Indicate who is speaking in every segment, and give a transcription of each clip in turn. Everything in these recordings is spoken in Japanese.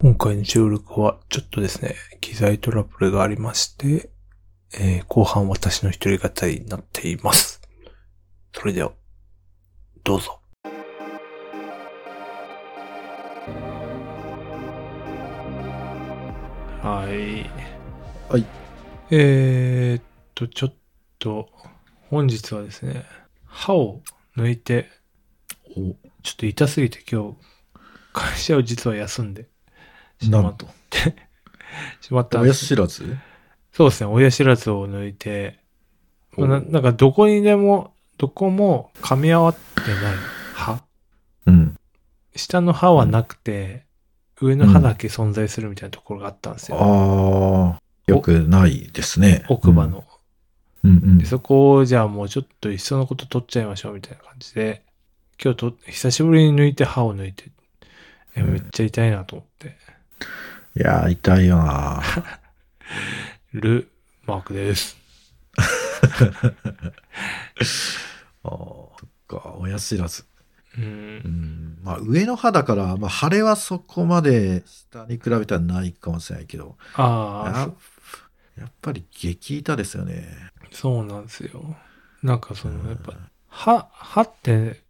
Speaker 1: 今回の収録はちょっとですね、機材トラブルがありまして、えー後半私の一人語りになっています。それでは、どうぞ。はい。
Speaker 2: はい。
Speaker 1: えー、っと、ちょっと、本日はですね、歯を抜いて、
Speaker 2: お、
Speaker 1: ちょっと痛すぎて今日、会社を実は休んでしまうと。 しまったんで
Speaker 2: 親
Speaker 1: す。
Speaker 2: 知らず
Speaker 1: そうですね、親知らずを抜いて、
Speaker 2: お
Speaker 1: ななんかどこにでも、どこも噛み合わってない歯
Speaker 2: うん。
Speaker 1: 下の歯はなくて、上の歯だけ存在するみたいなところがあったんですよ。
Speaker 2: ああ、よくないですね。
Speaker 1: 奥歯の。
Speaker 2: うん。うん
Speaker 1: でそこをじゃあもうちょっといっそのこと取っちゃいましょうみたいな感じで、今日と、久しぶりに抜いて歯を抜いて、え
Speaker 2: うん
Speaker 1: めっちゃ痛いなと思って、
Speaker 2: うん。いやー、痛いよ な
Speaker 1: るマークです。
Speaker 2: あーそっか、親知らず。
Speaker 1: う。
Speaker 2: うんん。まあ、上の歯だから、まあ、腫れはそこまで下に比べたらないかもしれないけど、
Speaker 1: あ
Speaker 2: や
Speaker 1: あ、
Speaker 2: やっぱり激痛ですよね。
Speaker 1: そうなんですよ。なんかその、やっぱ
Speaker 2: う、ん
Speaker 1: 歯、歯って、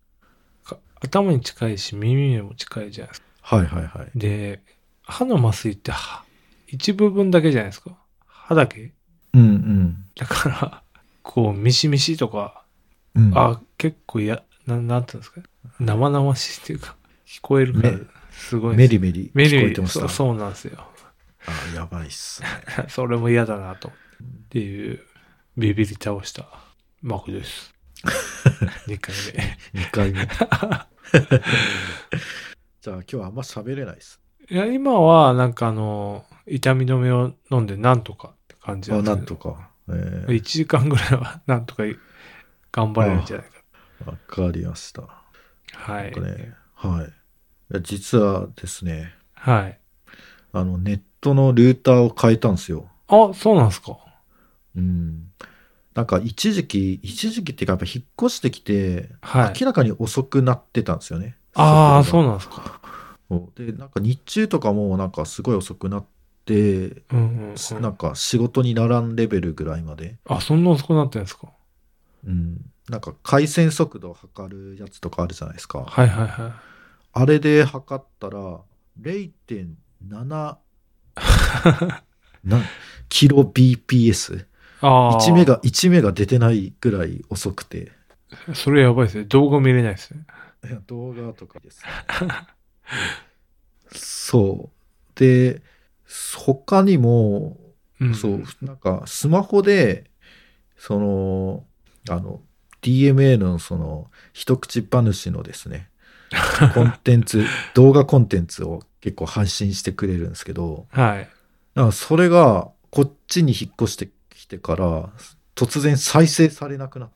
Speaker 1: か頭に近いし耳にも近いじゃないですか。
Speaker 2: はいはいはい。
Speaker 1: で、歯の麻酔って歯、一部分だけじゃないですか。歯だけ。
Speaker 2: うん
Speaker 1: だから、こう、ミシミシとか、
Speaker 2: うん。うん、
Speaker 1: あ、結構や、ななんていうんですか生々しいっていうか、聞こえるから
Speaker 2: ね、
Speaker 1: すごいで
Speaker 2: メ
Speaker 1: す
Speaker 2: リメリ
Speaker 1: メリ
Speaker 2: 聞こ
Speaker 1: メ
Speaker 2: えて
Speaker 1: リ、
Speaker 2: まし
Speaker 1: そう
Speaker 2: た。
Speaker 1: そうなんですよ。
Speaker 2: あーやばいっすね。
Speaker 1: それも嫌だなと。っていう、ビビり倒したマコ です。2回
Speaker 2: 2回 目。じゃあ今日はあんま喋れないっす。
Speaker 1: 目。いや、今は、なんかあの、痛み止めを飲んで、なんとかって感じ
Speaker 2: あ、
Speaker 1: ですけど
Speaker 2: なんとか。えー
Speaker 1: 1時間ぐらいは、 なんとか頑張れるんじゃないか。
Speaker 2: わかりました。
Speaker 1: はい
Speaker 2: なんか。ね、はい。いや実はですね、
Speaker 1: はい。
Speaker 2: あの、ネットのルーターを変えたんですよ。
Speaker 1: あ、そうなんですか。
Speaker 2: うん。なんか一時期、一時期っていうか、やっぱ引っ越してきて、
Speaker 1: はい。
Speaker 2: 明らかに遅くなってたんですよね。
Speaker 1: ああ、そう
Speaker 2: う
Speaker 1: なんですか。
Speaker 2: で、なんか日中とかもなんかすごい遅くなって、
Speaker 1: うんうん、うん。
Speaker 2: なんか仕事にならんレベルぐらいまで。
Speaker 1: あ、そんな遅くなってんですか
Speaker 2: うん。なんか回線速度を測るやつとかあるじゃないですか。
Speaker 1: はいはいはい。
Speaker 2: あれで測ったら、0.7なキロ BPS。
Speaker 1: ああ。
Speaker 2: 1メガ、1メガ出てないぐらい遅くて。
Speaker 1: それやばいですね。動画見れないですね。
Speaker 2: いや動画とかです、ね。そう。で、他にも、
Speaker 1: うん。
Speaker 2: そう、なんかスマホで、その、あの、DMA のその、一口話のです ね、コンテンツ、動画コンテンツを結構配信してくれるんですけど、
Speaker 1: はい。
Speaker 2: なんかそれがこっちに引っ越してきてから突然再生されなくなっ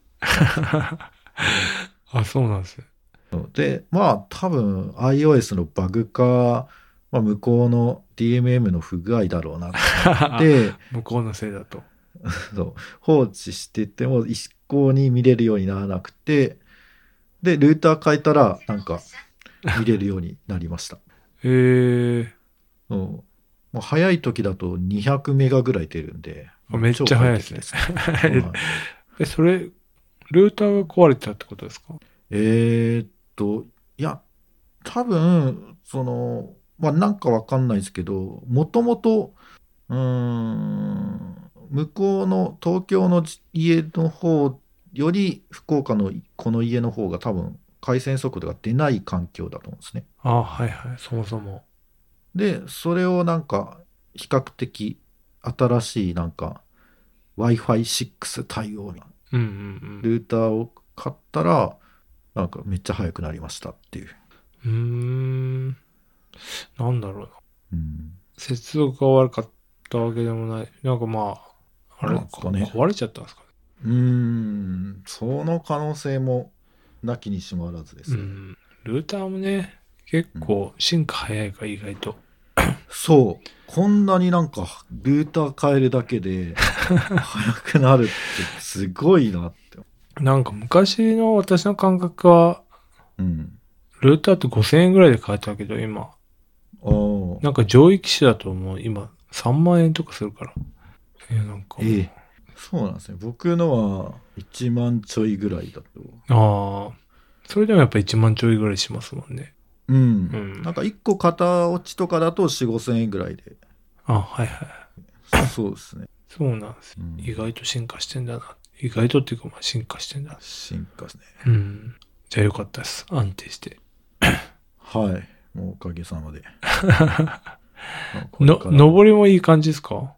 Speaker 1: あ、そうなん ですね。
Speaker 2: たのでまあ多分 iOS のバグか、まあ、向こうの DMM の不具合だろうなって
Speaker 1: 向こうのせいだと。
Speaker 2: そう放置してても一向に見れるようにならなくてでルーター変えたらなんか見れるようになりました。
Speaker 1: えー、
Speaker 2: うんもう早い時だと200メガぐらい出るんで。
Speaker 1: あめっちゃ早いですね
Speaker 2: 超快適です はい
Speaker 1: え、それ、ルーターが壊れたってことですか
Speaker 2: えーっと、いや、多分、その、まあ、なんかわかんないですけど、もともと、うーん、向こうの東京の家の方より福岡のこの家の方が多分回線速度が出ない環境だと思うんですね。
Speaker 1: あはいはい。そもそも。
Speaker 2: で、それをなんか比較的新しいなんか Wi-Fi6 対応な
Speaker 1: うんうんうん。
Speaker 2: ルーターを買ったら、なんかめっちゃ速くなりましたっていう。
Speaker 1: うーん。なんだろうな。
Speaker 2: うん
Speaker 1: 接続が悪かったわけでもない。なんかまあ、あれ
Speaker 2: なんですかね
Speaker 1: 壊れちゃったんですかね。
Speaker 2: うーん、その可能性もなきにしもあらずです
Speaker 1: う
Speaker 2: ね。
Speaker 1: ん。ルーターもね、結構進化早いから意外と。
Speaker 2: そう、こんなになんかルーター変えるだけで速くなるってすごいなって。
Speaker 1: なんか昔の私の感覚は、
Speaker 2: うん。
Speaker 1: ルーターって5000円ぐらいで買えたけど、今、
Speaker 2: ああ、も
Speaker 1: なんか上位機種だともう今3万円とかするから。えーなんか。
Speaker 2: う、ええ、そうなんですね。僕のは1万ちょいぐらいだと。
Speaker 1: ああ。それでもやっぱ1万ちょいぐらいしますもんね。
Speaker 2: うん。
Speaker 1: うん
Speaker 2: なんか1個型落ちとかだと4、5千円ぐらいで。
Speaker 1: あはいはい。
Speaker 2: そうですね。
Speaker 1: そうなんです。
Speaker 2: うん
Speaker 1: 意外と進化してんだな。意外とっていうかまあ進化してんだな。
Speaker 2: 進化ですね。
Speaker 1: うん。じゃあよかったです。安定して。
Speaker 2: はい。もうおかげさま で。
Speaker 1: の、
Speaker 2: り
Speaker 1: 登りもいい感じですか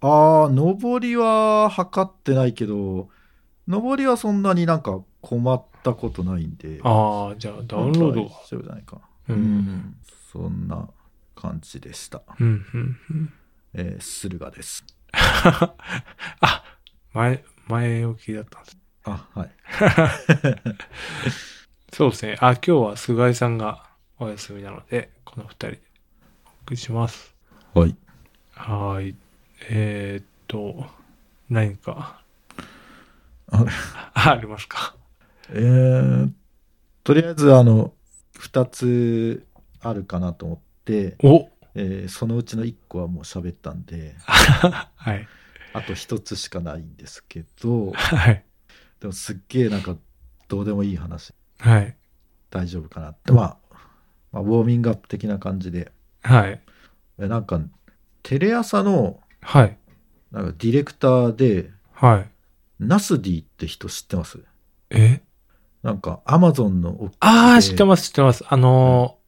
Speaker 2: ああ、上りは測ってないけど、上りはそんなになんか困ったことないんで、
Speaker 1: ああ、じゃあダウンロード
Speaker 2: 大
Speaker 1: が。
Speaker 2: 丈夫じゃないかな。
Speaker 1: う。
Speaker 2: うんん、そんな感じでした。
Speaker 1: うん、うん、うん。
Speaker 2: えー、駿河です。
Speaker 1: あ、前、前置きだったんです。
Speaker 2: あ、はい。
Speaker 1: そうですね。あ、今日は菅井さんがお休みなので、この二人でお送りします。
Speaker 2: はい。
Speaker 1: はーい。えー、っと、何か
Speaker 2: あ。
Speaker 1: あありますか。
Speaker 2: えー、とりあえず、あの、二つあるかなと思って、
Speaker 1: お
Speaker 2: えーそのうちの一個はもう喋ったんで、
Speaker 1: はい。
Speaker 2: あと一つしかないんですけど、
Speaker 1: はい。
Speaker 2: でもすっげえなんか、どうでもいい話、
Speaker 1: はい。
Speaker 2: 大丈夫かなって、まあ、まあ、ウォーミングアップ的な感じで、
Speaker 1: はい。
Speaker 2: えなんか、テレ朝の、
Speaker 1: はい。
Speaker 2: なんかディレクターで、
Speaker 1: はい。
Speaker 2: ナスディって人知ってます
Speaker 1: え
Speaker 2: なんか、アマゾンの奥地で
Speaker 1: ああ、知ってます、知ってます。あのー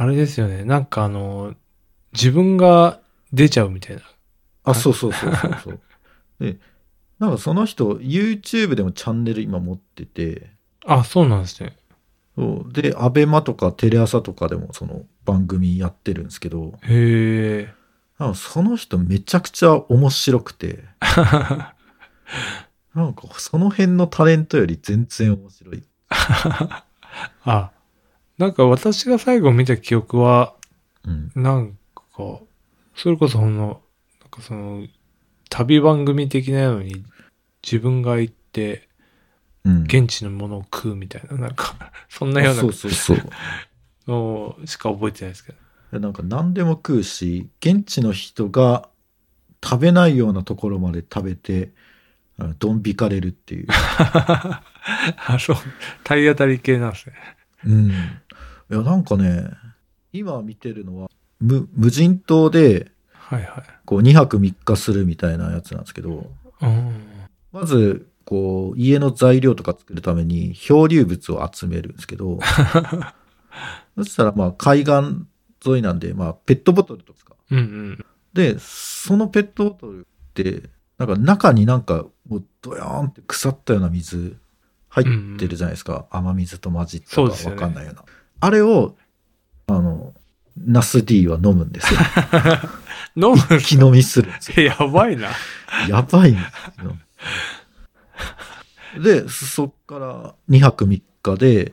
Speaker 1: あれですよね。なんかあのー自分が出ちゃうみたいな。
Speaker 2: あ、そうそうそうそうそう。 で、なんかその人、YouTube でもチャンネル今持ってて、
Speaker 1: あ、そうなんですね。
Speaker 2: そうで、アベマとかテレ朝とかでもその番組やってるんですけど、
Speaker 1: へえ。
Speaker 2: なんかその人めちゃくちゃ面白く て、なんかその辺のタレントより全然面白い。
Speaker 1: あ、なんか私が最後見た記憶は、
Speaker 2: うん。
Speaker 1: なんか、それこそほんの、なんかその、旅番組的なのに、自分が行って、
Speaker 2: うん。
Speaker 1: 現地のものを食うみたいな、なんか、そんなよ
Speaker 2: あ
Speaker 1: うな
Speaker 2: そうそうそう。
Speaker 1: のしか覚えてないですけど。
Speaker 2: でなんか何でも食うし、現地の人が食べないようなところまで食べて、あのドン引かれるっていう。
Speaker 1: あ、そう、体当たり系なんですね。
Speaker 2: うん。いや、なんかね、今見てるのは、無、無人島で、
Speaker 1: はいはい。
Speaker 2: こう、2泊3日するみたいなやつなんですけど、
Speaker 1: うん。
Speaker 2: まず、こう、家の材料とか作るために漂流物を集めるんですけ ど、そしたら、まあ、海岸沿いなんで、まあ、ペットボトルとか。
Speaker 1: うんうん。
Speaker 2: で、そのペットボトルって、なんか中になんか、もう、ドヨーンって腐ったような水入ってるじゃないですか。雨水と混じったか
Speaker 1: そうですよ
Speaker 2: わ
Speaker 1: ね
Speaker 2: かんないような。あれを、あの、ナス D は飲む んですよ。
Speaker 1: 飲む
Speaker 2: 気飲みするんですよ。
Speaker 1: やばいな。
Speaker 2: やばいんですよ。で、そっから2泊3日で、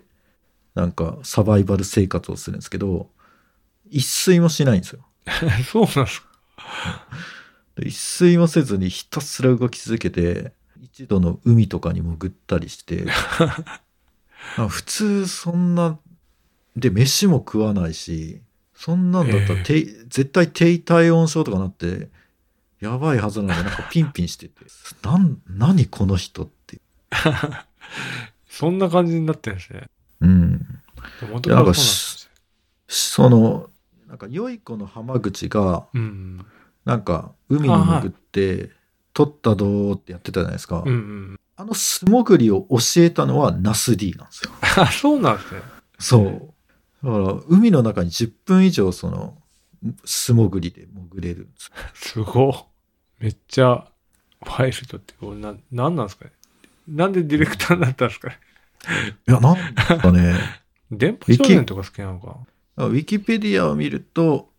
Speaker 2: なんかサバイバル生活をするんですけど、一睡もしないんですよ。
Speaker 1: そうなんですか。
Speaker 2: で一睡もせずにひたすら動き続けて、一度の海とかに潜ったりして、なんか普通そんな、で、飯も食わないし、そんなんだったら、て絶対低体温症とかなって、やばいはずなのになんかピンピンしてて、なん、何この人って。
Speaker 1: そんな感じになってるんですね。
Speaker 2: うん。
Speaker 1: 元からそうなんです
Speaker 2: その、なんか良い子の浜口が、
Speaker 1: ね。うん。
Speaker 2: なんか海に潜って、取ったどーってやってたじゃないですか。
Speaker 1: うんうん。
Speaker 2: あの素潜りを教えたのはナス D なんですよ。
Speaker 1: あ、そうなんですね。
Speaker 2: そう。だから、海の中に10分以上、その、素潜りで潜れるんですよ。
Speaker 1: すごっ。めっちゃ、ワイルドって、こうな、なんなんですかね。なんでディレクターになったんですかね。
Speaker 2: いや、なんですかね。
Speaker 1: 電波少年とか好きなのか。
Speaker 2: ウィキペディアを見ると、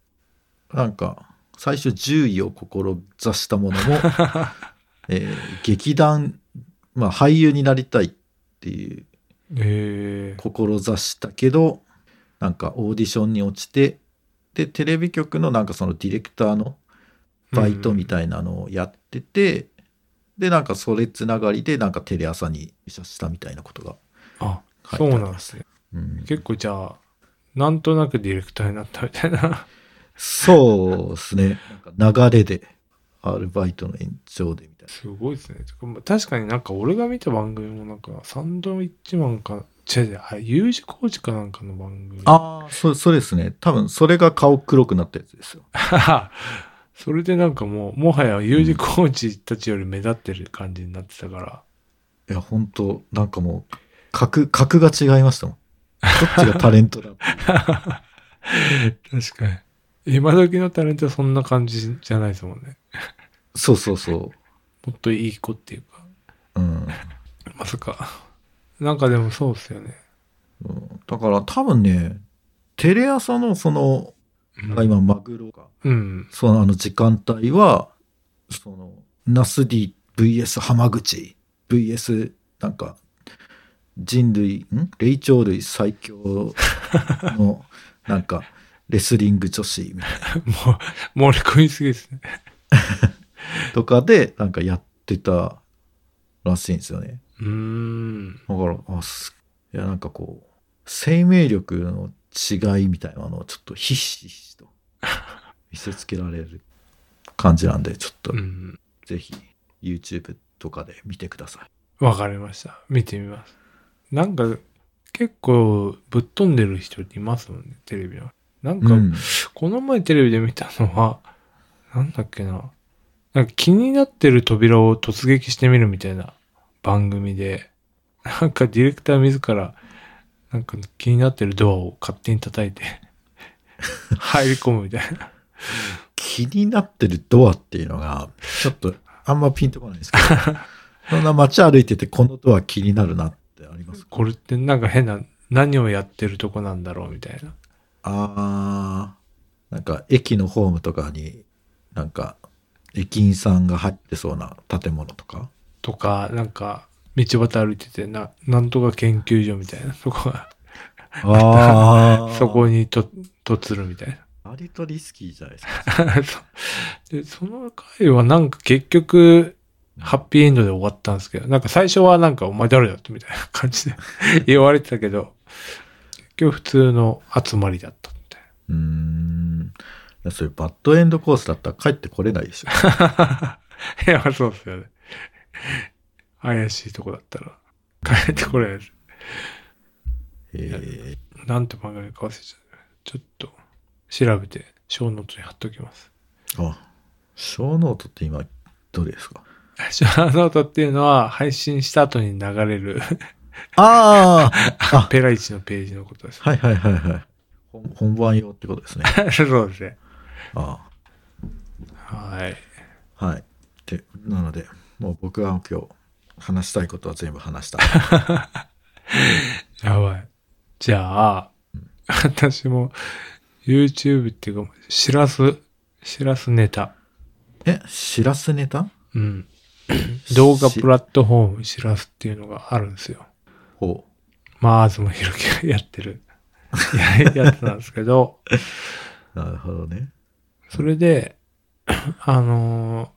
Speaker 2: なんか、最初獣医を志したもの も、えー劇団、まあ、俳優になりたいっていう
Speaker 1: ええ
Speaker 2: 志したけどなんかオーディションに落ちてでテレビ局のなんかそのディレクターのバイトみたいなのをやってて、でなんかそれつながりでなんかテレ朝に移籍したみたいなことが、
Speaker 1: あ、
Speaker 2: はい
Speaker 1: そうなんですね。
Speaker 2: うん
Speaker 1: 結構じゃあ、なんとなくディレクターになったみたいな。
Speaker 2: そうですね。なんか流れで、アルバイトの延長でみたいな。
Speaker 1: すごいですね。てかまあ確かになんか俺が見た番組もなんか、サンドウィッチマンか、違う違う、あれ U 字工事かなんかの番組。
Speaker 2: ああ、そそれですね。多分、それが顔黒くなったやつですよ。
Speaker 1: それでなんかもう、もはや U 字工事たちより目立ってる感じになってたから。
Speaker 2: いや、本当なんかもう、格、格が違いましたもん。どっちがタレントだ
Speaker 1: 確かに。今時のタレントはそんな感じじゃないですもんね。
Speaker 2: そうそうそ
Speaker 1: もっといい子っていうか。
Speaker 2: う。うん。
Speaker 1: まさか。なんかでもそうっすよね。
Speaker 2: うんだから多分ね、テレ朝のその、
Speaker 1: うん
Speaker 2: 今、マグロが、
Speaker 1: うん。
Speaker 2: そのあの時間帯は、その、ナス D VS 浜口 VS なんか、人類、ん霊長類最強の、なんか、レスリング女子みたい
Speaker 1: もう、盛り込みすぎですね。
Speaker 2: なとかで、なんかやってたらしいんですよね。
Speaker 1: うーん。
Speaker 2: だから、あ、す、いや、なんかこう、生命力の違いみたいなのをちょっとひしひしと見せつけられる感じなんで、ちょっと
Speaker 1: うん。
Speaker 2: ぜひ YouTube とかで見てください。
Speaker 1: わかりました。見てみます。なんか、結構ぶっ飛んでる人いますもんね、テレビは。なんか、
Speaker 2: うん
Speaker 1: この前テレビで見たのは、なんだっけな。なんか気になってる扉を突撃してみるみたいな番組で、なんかディレクター自ら、なんか気になってるドアを勝手に叩い て、入り込むみたいな。
Speaker 2: 気になってるドアっていうのが、ちょっとあんまピンとこないですけど、 そんな街歩いててこのドア気になるなってあります
Speaker 1: これってなんか変な、何をやってるとこなんだろうみたいな。
Speaker 2: あー、なんか駅のホームとかに、なんか駅員さんが入ってそうな建物と か。
Speaker 1: とか、なんか、道端歩いてて、な、なんとか研究所みたいな とこが、
Speaker 2: あ
Speaker 1: そこにと、とつるみたいな。
Speaker 2: 割とリスキーじゃないです
Speaker 1: そ
Speaker 2: か。
Speaker 1: うで、その回はなんか結局、ハッピーエンドで終わったんですけど、なんか最初はなんかお前誰だってみたいな感じで 言われてたけど、結局普通の集まりだったみたいう
Speaker 2: ーん。いやそれバッドエンドコースだったら帰ってこれないでし ょ。
Speaker 1: な。 いや、そうですよね。怪しいとこだったら、帰ってこれないです。
Speaker 2: え
Speaker 1: なんて番組か忘れちゃった。ちょっと、調べて、小ノートに貼っときます。
Speaker 2: ー、あ、小ノートって今、どれですか
Speaker 1: 小ノートっていうのは、配信した後に流れる、
Speaker 2: あああ
Speaker 1: ペライチのページのことです。
Speaker 2: はいはいはいはい。本本番用ってことですね。
Speaker 1: そうですね。
Speaker 2: あ
Speaker 1: はい。
Speaker 2: あはい。で、なので、もう僕は今日、話したいことは全部話 した。
Speaker 1: やばい。じゃあ、私も YouTube っていうか、しらす、しらすネタ。
Speaker 2: え、しらすネタ
Speaker 1: うん。動画プ
Speaker 2: ラ
Speaker 1: ラットフォームしらすっていうのがあるんですよ。
Speaker 2: ほ
Speaker 1: まあ、東博樹がやってる ややつなんですけど、
Speaker 2: う。なるほどね。
Speaker 1: それで、 あのー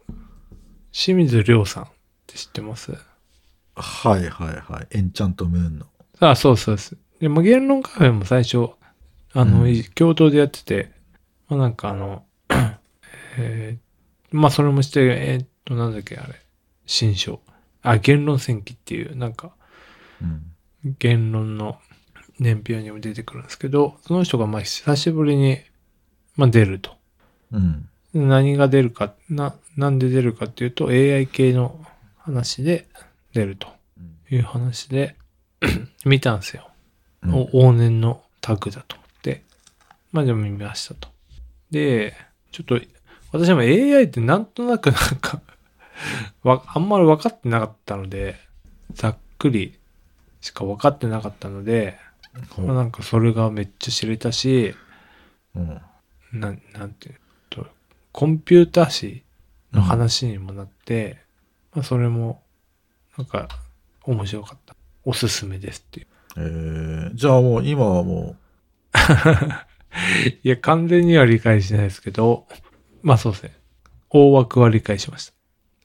Speaker 1: 清水亮さんって知ってます
Speaker 2: はいはいはい。エンチャントムーンの。
Speaker 1: あ、そうそうです。で、まあ、言論カフェも最初、あの、
Speaker 2: うん
Speaker 1: 共同でやってて、まあ、なんかあの、 えーまあ、それもして、えーっと、なんだっけ、あれ、新書。あ、言論戦記っていう、なんか、
Speaker 2: うん。
Speaker 1: 言論の年表にも出てくるんですけど、その人が、まあ、久しぶりに、まあ、出ると。
Speaker 2: うん。
Speaker 1: 何が出るか、な、なんで出るかっていうと、AI 系の話で出ると
Speaker 2: うん
Speaker 1: いう話で、 見たんですよ。
Speaker 2: うん
Speaker 1: お往年のタグだと思って、まあでも見ましたと。で、ちょっと、私も AI ってなんとなくなんか わ、あんまり分かってなかったので、ざっくりしか分かってなかったので、
Speaker 2: ほ
Speaker 1: まあ、
Speaker 2: う
Speaker 1: なんかそれがめっちゃ知れたし、
Speaker 2: うん。
Speaker 1: なん、なんていうと、コンピューター誌の話にもなって、まあそれも、なんか面白かった。おすすめですっていう
Speaker 2: えー、じゃあもう今はも
Speaker 1: いや、完全には理解しないですけど、まあそうですね。大枠は理解しまし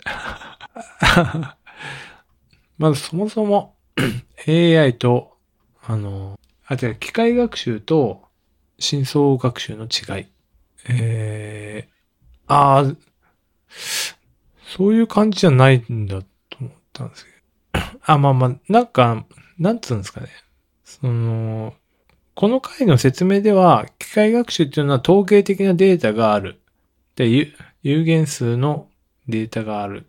Speaker 1: た。 まずそもそも AI と、あの、あ、違う、機械学習と深層学習の違い。えー、ああ、そういう感じじゃないんだと思ったんですけど。あ、まあまあ、なんか、なんつうんですかね。その、この回の説明では、機械学習っていうのは統計的なデータがある。で、ゆ有限数のデータがある。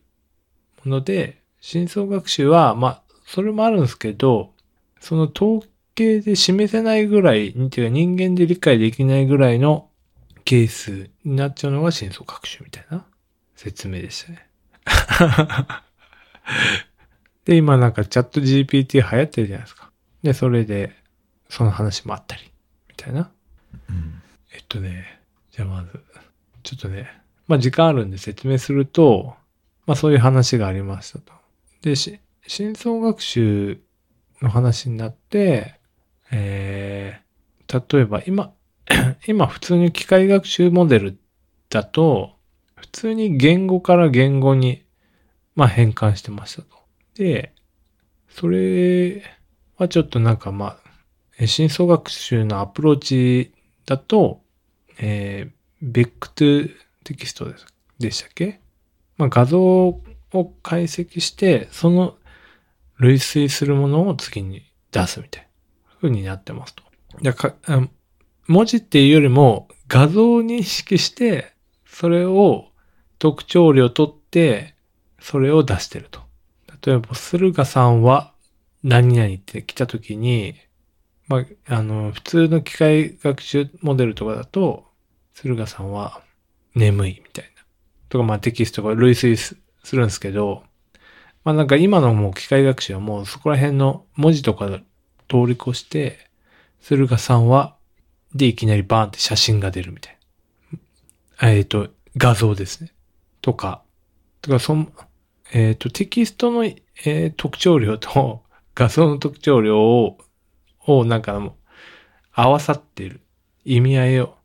Speaker 1: ので、深層学習は、まあ、それもあるんですけど、その統計で示せないぐらい、ていうか人間で理解できないぐらいのケースになっちゃうのが深層学習みたいな説明でしたね。 で、今なんかチャット GPT 流行ってるじゃないですか。で、それで、その話もあったり、みたいな。
Speaker 2: うん
Speaker 1: えっとね、じゃあまず、ちょっとね、まあ時間あるんで説明すると、まあそういう話がありましたと。で、し、深層学習の話になって、えー、例えば今、 今普通に機械学習モデルだと、普通に言語から言語に、まあ変換してましたと。で、それはちょっとなんかまあ、え深層学習のアプローチだと、えー、ベックトゥテキストですでしたっけまあ、画像を解析して、その類推するものを次に出すみたいな風になってますと。だからかあ文字っていうよりも画像を認識して、それを特徴量を取って、それを出してると。例えば、駿河さんは何々って来た時に、まあ、あの、普通の機械学習モデルとかだと、駿河さんは眠いみたいな。とか、まあテキストが類推すするんですけど、まあなんか今のもう機械学習はもうそこら辺の文字とか通り越して、駿河さんは、でいきなりバーンって写真が出るみたいな。えっ、と、画像ですね。とか、とか、そん、えっ、と、テキストの、えー特徴量と 画像の特徴量ををなんかもう合わさっている意味合いを、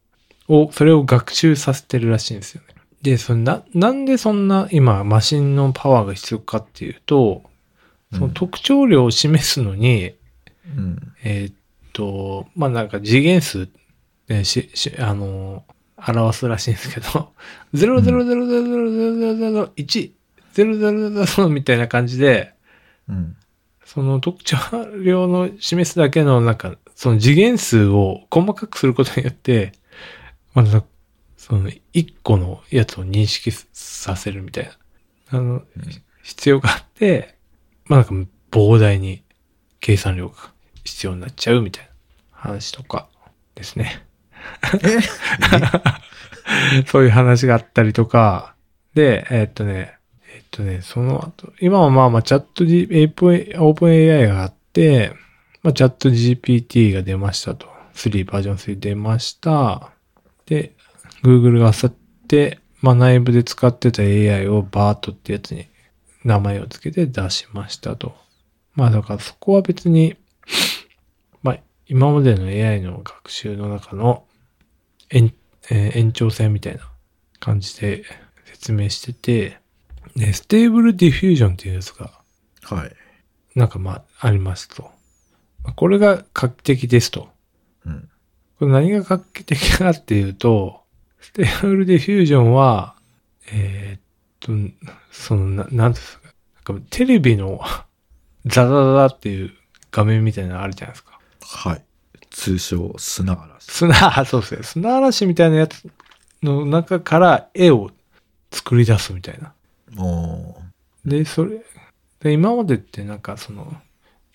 Speaker 1: をそれを学習させてるらしいんですよね。で、そのな、なんでそんな今マシンのパワーが必要かっていうと、その特徴量を示すのに、
Speaker 2: うん
Speaker 1: えーっと、まあ、なんか次元数、えーし、し、あのー表すらしいんですけど、0000001、000みたいな感じで、
Speaker 2: うん
Speaker 1: その特徴量の示すだけの、なんか、その次元数を細かくすることによって、まだ、その一個のやつを認識させるみたいな、あの、必要があって、まあなんか膨大に計算量が必要になっちゃうみたいな話とかですね。
Speaker 2: え
Speaker 1: そういう話があったりとか、で、えーっとね、えーっとね、その後、今はまあまあチャット G、オープン AI があって、まあチャット GPT が出ましたと。3バージョン3出ました。で、Google があさって、まあ内部で使ってた AI をバートってやつに名前を付けて出しましたと。まあだからそこは別に、まあ今までの AI の学習の中の延,、えー延長線みたいな感じで説明してて、で、ステーブルディフュージョンっていうやつが
Speaker 2: はい。
Speaker 1: なんかまあありますと。まあこれが画期的ですと。
Speaker 2: うん
Speaker 1: これ何が画期的かっていうと、ステーブルディフュージョンは、えーっと、その、ななんていうんですか、なんかテレビのザザザザっていう画面みたいなのあるじゃないですか。
Speaker 2: はい。通称、砂嵐。
Speaker 1: 砂、そうですね。砂嵐みたいなやつの中から絵を作り出すみたいな。
Speaker 2: おー
Speaker 1: で、それ、で今までってなんかその、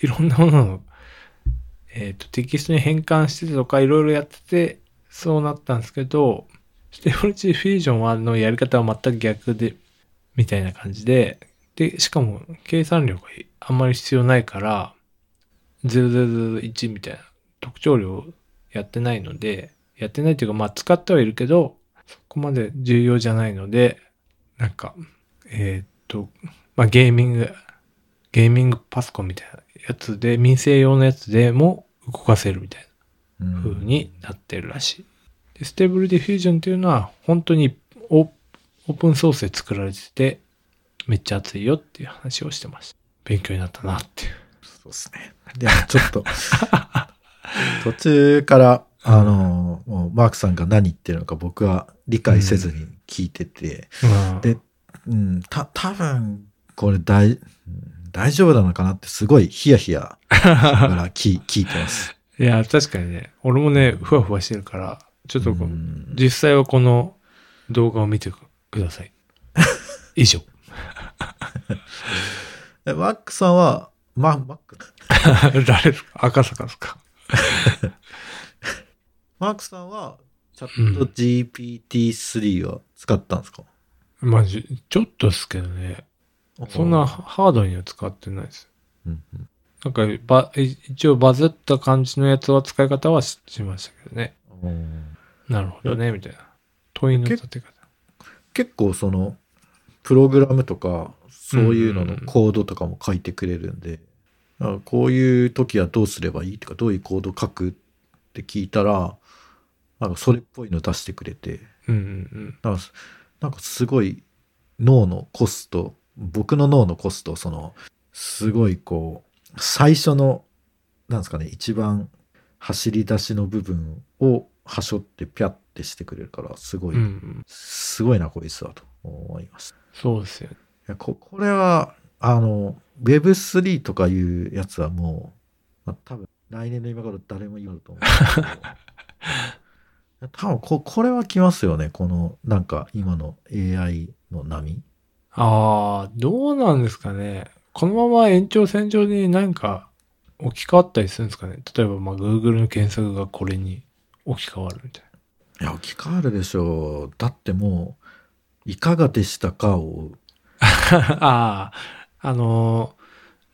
Speaker 1: いろんなものの、えっ、と、テキストに変換してとかいろいろやってて、そうなったんですけど、ステオルチフュージョンはのやり方は全く逆で、みたいな感じで、で、しかも計算量があんまり必要ないから、0001みたいな特徴量をやってないので、やってないというか、まあ使ってはいるけど、そこまで重要じゃないので、なんか、えーっと、まあ、ゲーミング、ゲーミングパソコンみたいなやつで、民生用のやつでも動かせるみたいうなん風になってるらしい。で、ステーブルディフュージョンっていうのは、本当にオーオープンソースで作られてて、めっちゃ熱いよっていう話をしてました。勉強になったなっていう。
Speaker 2: そうですね。で、ちょっと、途中から、あの、もうマークさんが何言ってるのか僕は理解せずに聞いてて、
Speaker 1: うん
Speaker 2: でうん、た、多分これ大、うん大丈夫なのかなってすごいヒヤヒヤから 聞聞いてます。
Speaker 1: いや、確かにね、俺もね、ふわふわしてるから、ちょっとこう、
Speaker 2: うん
Speaker 1: 実際はこの動画を見てください。以 上。
Speaker 2: えマックさんは、ま、マック、
Speaker 1: 誰ですか赤坂ですか
Speaker 2: マークさんは、チャット GPT-3 は使ったんですか、
Speaker 1: まあ、じちょっとですけどね。そんなハードには使ってないです。
Speaker 2: うんうん
Speaker 1: なんかば、い一応バズった感じのやつは使い方はししましたけどね。なるほどね、みたいな。問いの立て方。
Speaker 2: 結構その、プログラムとか、そういうの
Speaker 1: うんうんう
Speaker 2: の
Speaker 1: ん
Speaker 2: コードとかも書いてくれるんで、だからこういう時はどうすればいいとか、どういうコード書くって聞いたら、なんかそれっぽいの出してくれて、
Speaker 1: うんうん
Speaker 2: なんかすなんかすごい脳のコスト、僕の脳のコスト、その、すごいこう、最初の、なんですかね、一番走り出しの部分をはしょってピャってしてくれるから、すご
Speaker 1: う
Speaker 2: い、
Speaker 1: ん。うんうん。
Speaker 2: すごいな、こいつはと思います。
Speaker 1: そうですよね。
Speaker 2: いやここれは、あの、Web3 とかいうやつはもう、まあ、多分来年の今頃誰も言うと 思うんですけどいや多分こ、これは来ますよね。この、なんか今の AI の波。
Speaker 1: ああ、どうなんですかね。このまま延長線上になんか置き換わったりするんですかね。例えば、まあ、Google の検索がこれに置き換わるみたい
Speaker 2: いや、置き換わるでしょう。だってもう、いかがでしたかを、
Speaker 1: な。 ああ、あのー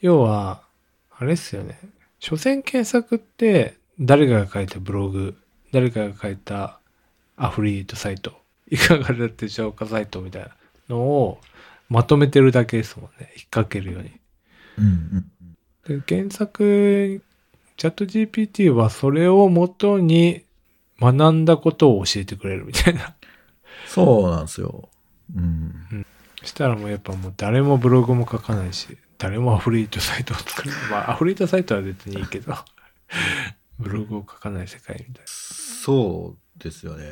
Speaker 1: 要は、あれですよね。所詮検索って、誰かが書いたブログ、誰かが書いたアフリエイトサイト、いかがだって消化サイトみたいなのをまとめてるだけですもんね。引っ掛けるように。
Speaker 2: うんうんうん
Speaker 1: で原作チャット GPT はそれをもとに学んだことを教えてくれるみたいな
Speaker 2: そうなんですよ。うん。
Speaker 1: したらもうやっぱもう誰もブログも書かないし誰もアフリートサイトを作るまあアフリートサイトは別にいいけどブログを書かない世界みたい
Speaker 2: そうですよね。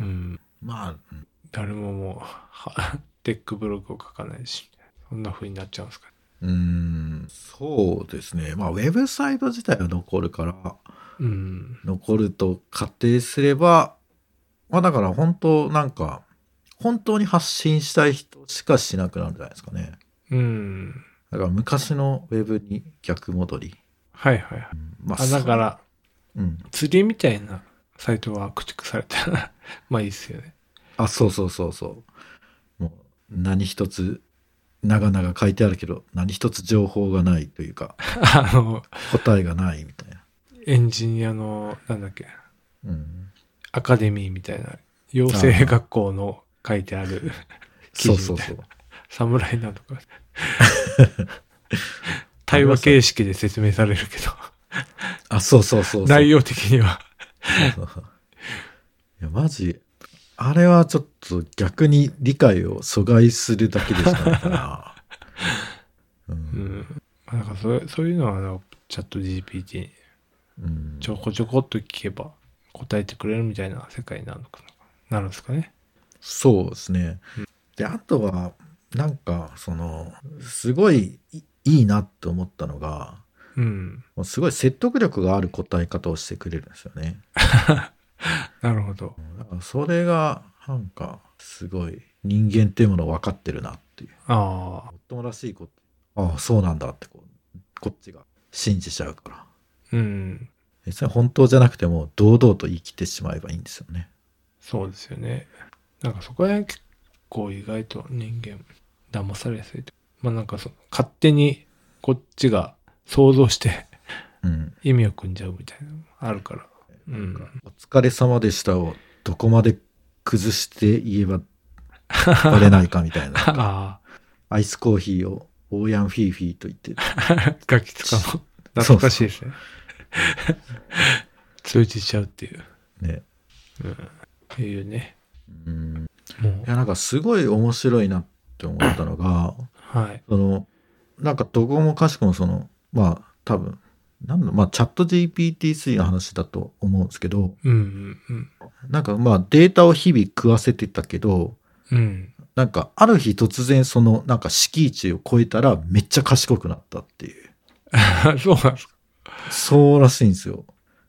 Speaker 1: なうん
Speaker 2: まあ、うん
Speaker 1: 誰ももうはテックブログを書かないしそんな風になっちゃうんですか
Speaker 2: うーんそうですね。まあ、ウェブサイト自体は残るから、
Speaker 1: うん
Speaker 2: 残ると仮定すれば、まあだから本当なんか、本当に発信したい人しかしなくなるんじゃないですかね。
Speaker 1: うん
Speaker 2: だから昔のウェブに逆戻り。
Speaker 1: はいはいはい
Speaker 2: うんま
Speaker 1: あだか。ら
Speaker 2: そううん。
Speaker 1: 釣りみたいなサイトは駆逐されたら まあいいっすよね
Speaker 2: あ、そうそうそうそう。もう何一つ、長々書いてあるけど、何一つ情報がないというか、
Speaker 1: あの
Speaker 2: 答えがないみたいな。
Speaker 1: エンジニアの、なんだっけ、
Speaker 2: うん。
Speaker 1: アカデミーみたいな、養成学校の書いてある、記
Speaker 2: そう
Speaker 1: 事
Speaker 2: そ
Speaker 1: み
Speaker 2: う
Speaker 1: たいな
Speaker 2: そう。
Speaker 1: 侍なんとか。対話形式で説明されるけど、
Speaker 2: あ、そうそうそうそう。
Speaker 1: 内容的には。
Speaker 2: いや、マジ、あれはちょっと逆に理解を阻害するだけでしかない から。う。
Speaker 1: うんん。なんかそうそういうのはあの、チャット GPT に
Speaker 2: うん
Speaker 1: ちょこちょこっと聞けば答えてくれるみたいな世界になるのかな。なるんですかね。
Speaker 2: そうですね。で、あとは、なんか、その、すごいいいいなって思ったのが、
Speaker 1: うん。
Speaker 2: もうすごい説得力がある答え方をしてくれるんですよね。
Speaker 1: なるほど。
Speaker 2: だからそれが、なんか、すごい人間っていうものを分かってるなっていう。
Speaker 1: ああ
Speaker 2: も。っともらしいこと。ああ、そうなんだってこう、こっちが信じちゃうから。
Speaker 1: うん。
Speaker 2: 別に本当じゃなくても堂々と言い切ってしまえばいいんですよね。
Speaker 1: そうですよね。なんかそこら辺結構意外と人間騙されやすいと。まあなんかそ勝手にこっちが想像して
Speaker 2: うん。
Speaker 1: 意味を組んじゃうみたいなのもあるから。う
Speaker 2: なんんか。お疲れ様でしたをどこまで崩して言えばバレないかみた いな。
Speaker 1: あ
Speaker 2: アイスコーヒーをオーヤンフィーフィーと言って、
Speaker 1: あ、ガキ使うの。懐かしいですね。通じちゃうっていう。
Speaker 2: ね。
Speaker 1: うん。っていうね。
Speaker 2: うん。
Speaker 1: も。
Speaker 2: いうや、なんかすごい面白いなって思ったのが、
Speaker 1: はい。
Speaker 2: その、なんかどこもかしこもその、まあ多分、なんだまあ、チャット GPT-3 の話だと思うんですけど、
Speaker 1: うんうん
Speaker 2: なんかまあ、データを日々食わせてたけど、
Speaker 1: うん。うん。
Speaker 2: なんか、ある日突然その、なんか敷地を超えたらめっちゃ賢くなったっていう。
Speaker 1: そうなんですか。
Speaker 2: そうらしいんですよ。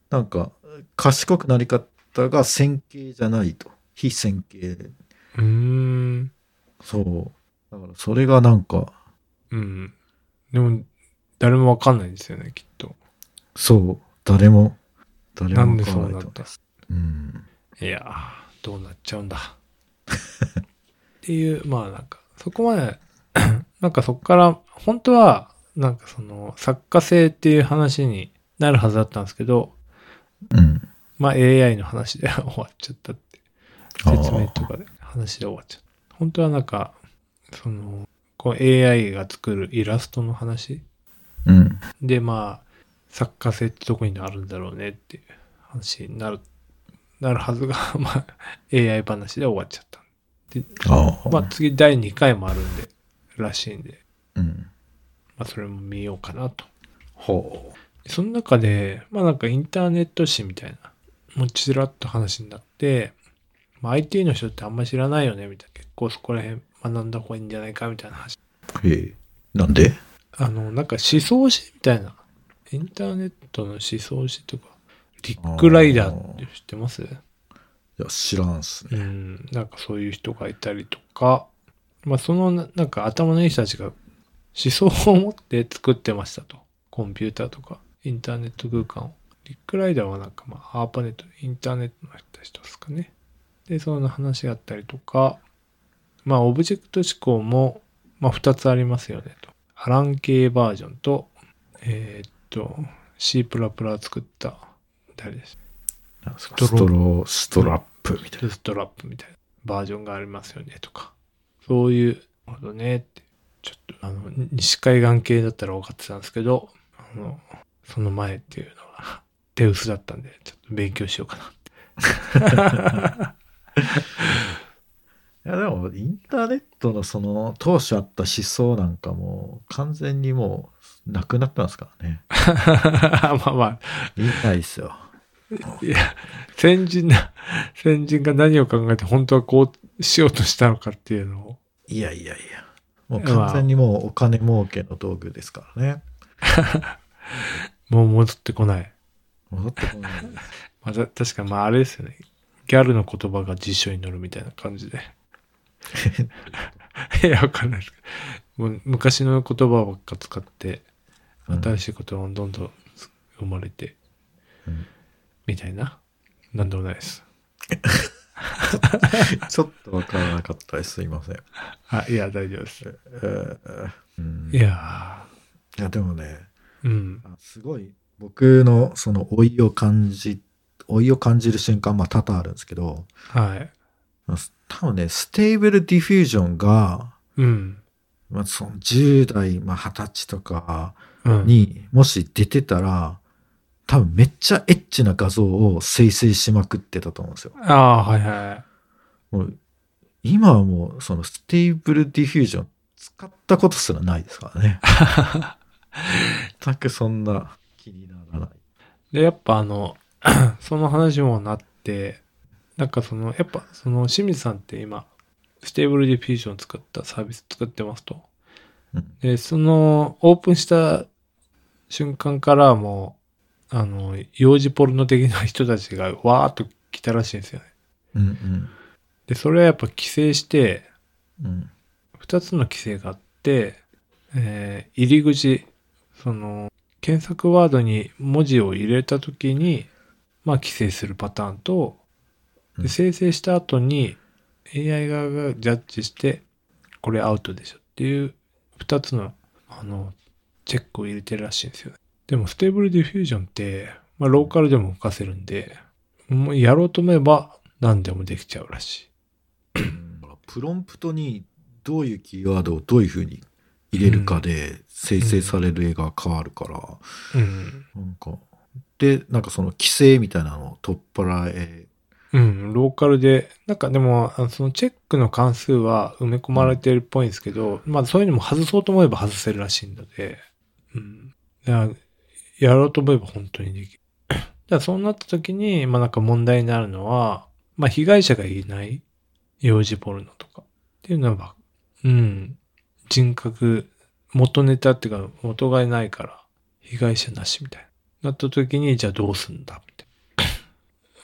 Speaker 2: なんか、賢くなり方が線形じゃないと。非線形。
Speaker 1: うーん。
Speaker 2: そう。だから、それがなんか、
Speaker 1: うん。でも、誰もわかんないですよね、きっと。
Speaker 2: そう。誰も、誰
Speaker 1: な
Speaker 2: も
Speaker 1: んで
Speaker 2: わか
Speaker 1: そ
Speaker 2: ら
Speaker 1: う
Speaker 2: な
Speaker 1: ないっ
Speaker 2: と。
Speaker 1: た
Speaker 2: うん。
Speaker 1: いやー、どうなっちゃうんだ。 っていう、まあなんか、そこまで、 なんかそこから、本当は、なんかその、作家性っていう話になるはずだったんですけど、
Speaker 2: うん。
Speaker 1: まあ AI の話で 終わっちゃったって、
Speaker 2: あー
Speaker 1: 説明とかで、話で終わっちゃった。本当はなんか、その、こう AI が作るイラストの話
Speaker 2: うん。
Speaker 1: で、まあ、作家性ってどこにあるんだろうねっていう話になる、なるはずが、 まあ、AI 話で終わっちゃった。
Speaker 2: ああ。
Speaker 1: まあ、次第2回もあるんで、らしいんで、
Speaker 2: うん。
Speaker 1: まあ、それも見ようかなと。
Speaker 2: ほ
Speaker 1: その中で、まあなんかインターネット誌みたいな、もうちらっと話になって、まあ IT の人ってあんま知らないよね、みたいな。結構そこら辺学んだ方がいいんじゃないか、みたいな話。
Speaker 2: う。へえ。なんで
Speaker 1: あの、なんか思想誌みたいな。インターネットの思想誌とか、リックライダーって知ってます
Speaker 2: いや、知らんっすね。
Speaker 1: うん、なんかそういう人がいたりとか、まあそのななんか頭のいい人たちが思想を持って作ってましたと。コンピューターとかインターネット空間を。リックライダーはなんかまあアーパネット、インターネットの人ですかね。で、その話があったりとか、まあオブジェクト思考も、まあ2つありますよねと。アラン系バージョンと、えーっと、C++ プラプラ作った、誰です
Speaker 2: なんですか
Speaker 1: ス
Speaker 2: ス
Speaker 1: ト
Speaker 2: トロー、ストラップみたい
Speaker 1: ルストラップみたいなバージョンがありますよねとか、そういう、なるほどねって、ちょっとあの、に西海岸系だったら分かってたんですけど、あの、その前っていうのは、手薄だったんで、ちょっと勉強しようかな。
Speaker 2: な。いや、でも、インターネットのその、当初あった思想なんかもう、完全にもう、なくなってますから ね。
Speaker 1: まあま
Speaker 2: いないっすよ。
Speaker 1: あ、いや、先人な、先人が何を考えて本当はこうしようとしたのかっていうのを、
Speaker 2: いやいやいや。もう完全にもうお金儲けの道具ですからね。
Speaker 1: もう戻ってこない。
Speaker 2: 戻ってこな
Speaker 1: ま
Speaker 2: い。
Speaker 1: あ、た確かまああれですよね。ギャルの言葉が辞書に載るみたいな感じ で。いや、わかんないですけど。もう昔の言葉ばっか使って、
Speaker 2: うん
Speaker 1: 新しい言葉がどんどん生まれて、
Speaker 2: うん
Speaker 1: みたいな。なんでもないです。
Speaker 2: ちょっとわからなかったです。すいません。
Speaker 1: あ、いや、大丈夫です。
Speaker 2: えーうん
Speaker 1: いや
Speaker 2: いやでもね、
Speaker 1: ー、うん。
Speaker 2: あすごい僕のその老いを感じ、老いを感じる瞬間、まあ多々あるんですけど、
Speaker 1: はい。
Speaker 2: まあ多分ね、ステーブルディフュージョンが、
Speaker 1: うん。
Speaker 2: まあ、その10代、まあ、20歳とか
Speaker 1: うん。
Speaker 2: にもし出てたら、多分めっちゃエッチな画像を生成しまくってたと思うんですよ。
Speaker 1: ああ、はいは
Speaker 2: もう今はもうそのステーブルディフュージョン使ったことすらないですからね。全くそんな気にならない。
Speaker 1: い。で、やっぱあの、 その話もなって、なんかその、やっぱその清水さんって今、ステーブルディフュージョン使ったサービス作ってますと。
Speaker 2: うん
Speaker 1: で、その、オープンした瞬間からはもう、あの、幼児ポルノ的な人たちがわーっと来たらしいんですよね。
Speaker 2: うん
Speaker 1: で、それはやっぱ規制して、
Speaker 2: うんうん
Speaker 1: 二つの規制があって、えー入り口、その、検索ワードに文字を入れたときに、まあ、規制するパターンと、
Speaker 2: う
Speaker 1: で
Speaker 2: ん
Speaker 1: 生成した後に AI 側がジャッジして、これアウトでしょっていう二つの、あの、チェックを入れてるらしいんですよね。でも、ステーブルディフュージョンって、まあ、ローカルでも動かせるんで、もうやろうと思えば何でもできちゃうらしい。
Speaker 2: うん。プロンプトにどういうキーワードをどういうふうに入れるかで生成される絵が変わるから、
Speaker 1: うん。
Speaker 2: なんか、で、なんかその規制みたいなのを取っ払え、
Speaker 1: うん、ローカルで、なんかでも、あのそのチェックの関数は埋め込まれてるっぽいんですけど、まあそういうのも外そうと思えば外せるらしいので、うん。だからやろうと思えば本当にできる。 だからそうなった時に、まあなんか問題になるのは、まあ被害者がいない幼児ポルノとかっていうのは、うん、人格、元ネタっていうか元がいないから、被害者なしみたいな。なった時に、じゃあどうすんだみた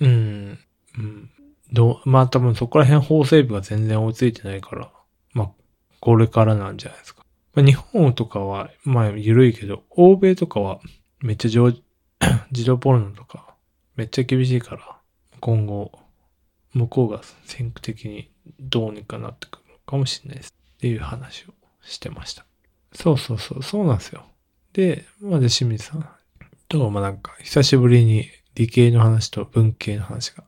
Speaker 1: いな。 うん、うん。どうまあ多分そこら辺法整備が全然追いついてないから、まあこれからなんじゃないですか。まあ、日本とかは、まあ緩いけど、欧米とかはめっちゃ上 自動ポルノとか、めっちゃ厳しいから、今後、向こうが先駆的にどうにかなってくるのかもしれないです。っていう話をしてました。そうそうそう、そうなんですよ。で、まあ、で、清水さんと、まあ、なんか、久しぶりに理系の話と文系の話が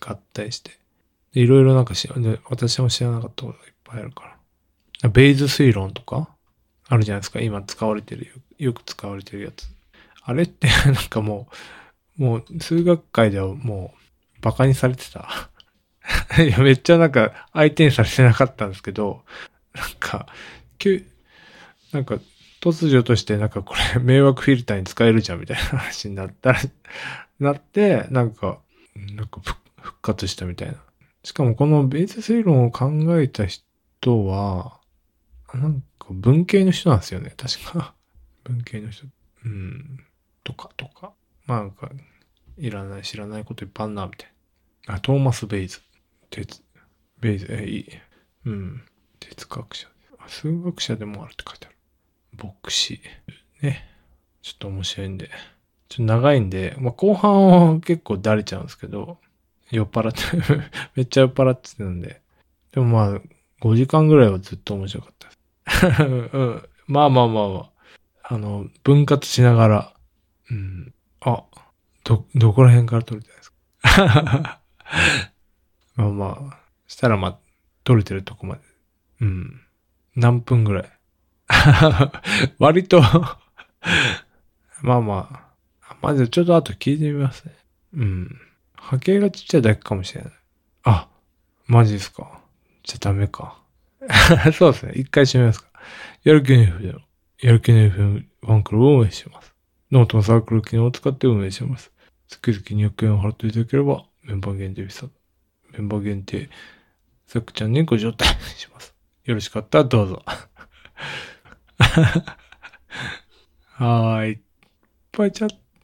Speaker 1: 合体して、でいろいろなんかし、で私も知らなかったことがいっぱいあるから。ベイズ推論とかあるじゃないですか。今使われてるよ、よく使われてるやつ。あれって なんかもう、もう数学界ではもうバカにされてた。 いや、めっちゃなんか相手にされてなかったんですけど、なんか、急、なんか突如としてなんかこれ迷惑フィルターに使えるじゃんみたいな話になったら、なって、なんか、なんかふ復活したみたいな。しかもこのベース推論を考えた人は、なんか文系の人なんですよね、確か。 文系の人。うん。とか、とか。まあなんか、いらない、知らないこといっぱいあんな、みたいな。あ、トーマス・ベイズ。哲、ベイズ、え、いい。うん。哲学者。あ数学者でもあるって書いてある。牧師。ね。ちょっと面白いんで。ちょっと長いんで、まあ後半は結構だれちゃうんですけど、酔っ払って、 めっちゃ酔っ払ってたんで。でもまあ、5時間ぐらいはずっと面白かったです。 うん。まあまあまあまあ。あの、分割しながら、うん。あ、ど、どこら辺から撮れてないですか まあまあ、したらまあ、撮れてるとこまで。うん。何分ぐらい 割と、まあまあ、まずちょっと後聞いてみますね。うん。波形がちっちゃいだけかもしれない。あ、マジですか。じゃあダメか。 そうですね。一回閉めますか。やる気の F での、やる気の F ファンクラブを運営しています。ノートのサークル機能を使って運営しています。月々200円を払っていただければ、メンバー限定ビザ、メンバー限定、サクちゃんにご招待します。よろしかったらどうぞ。 はーい。いっぱいチャッ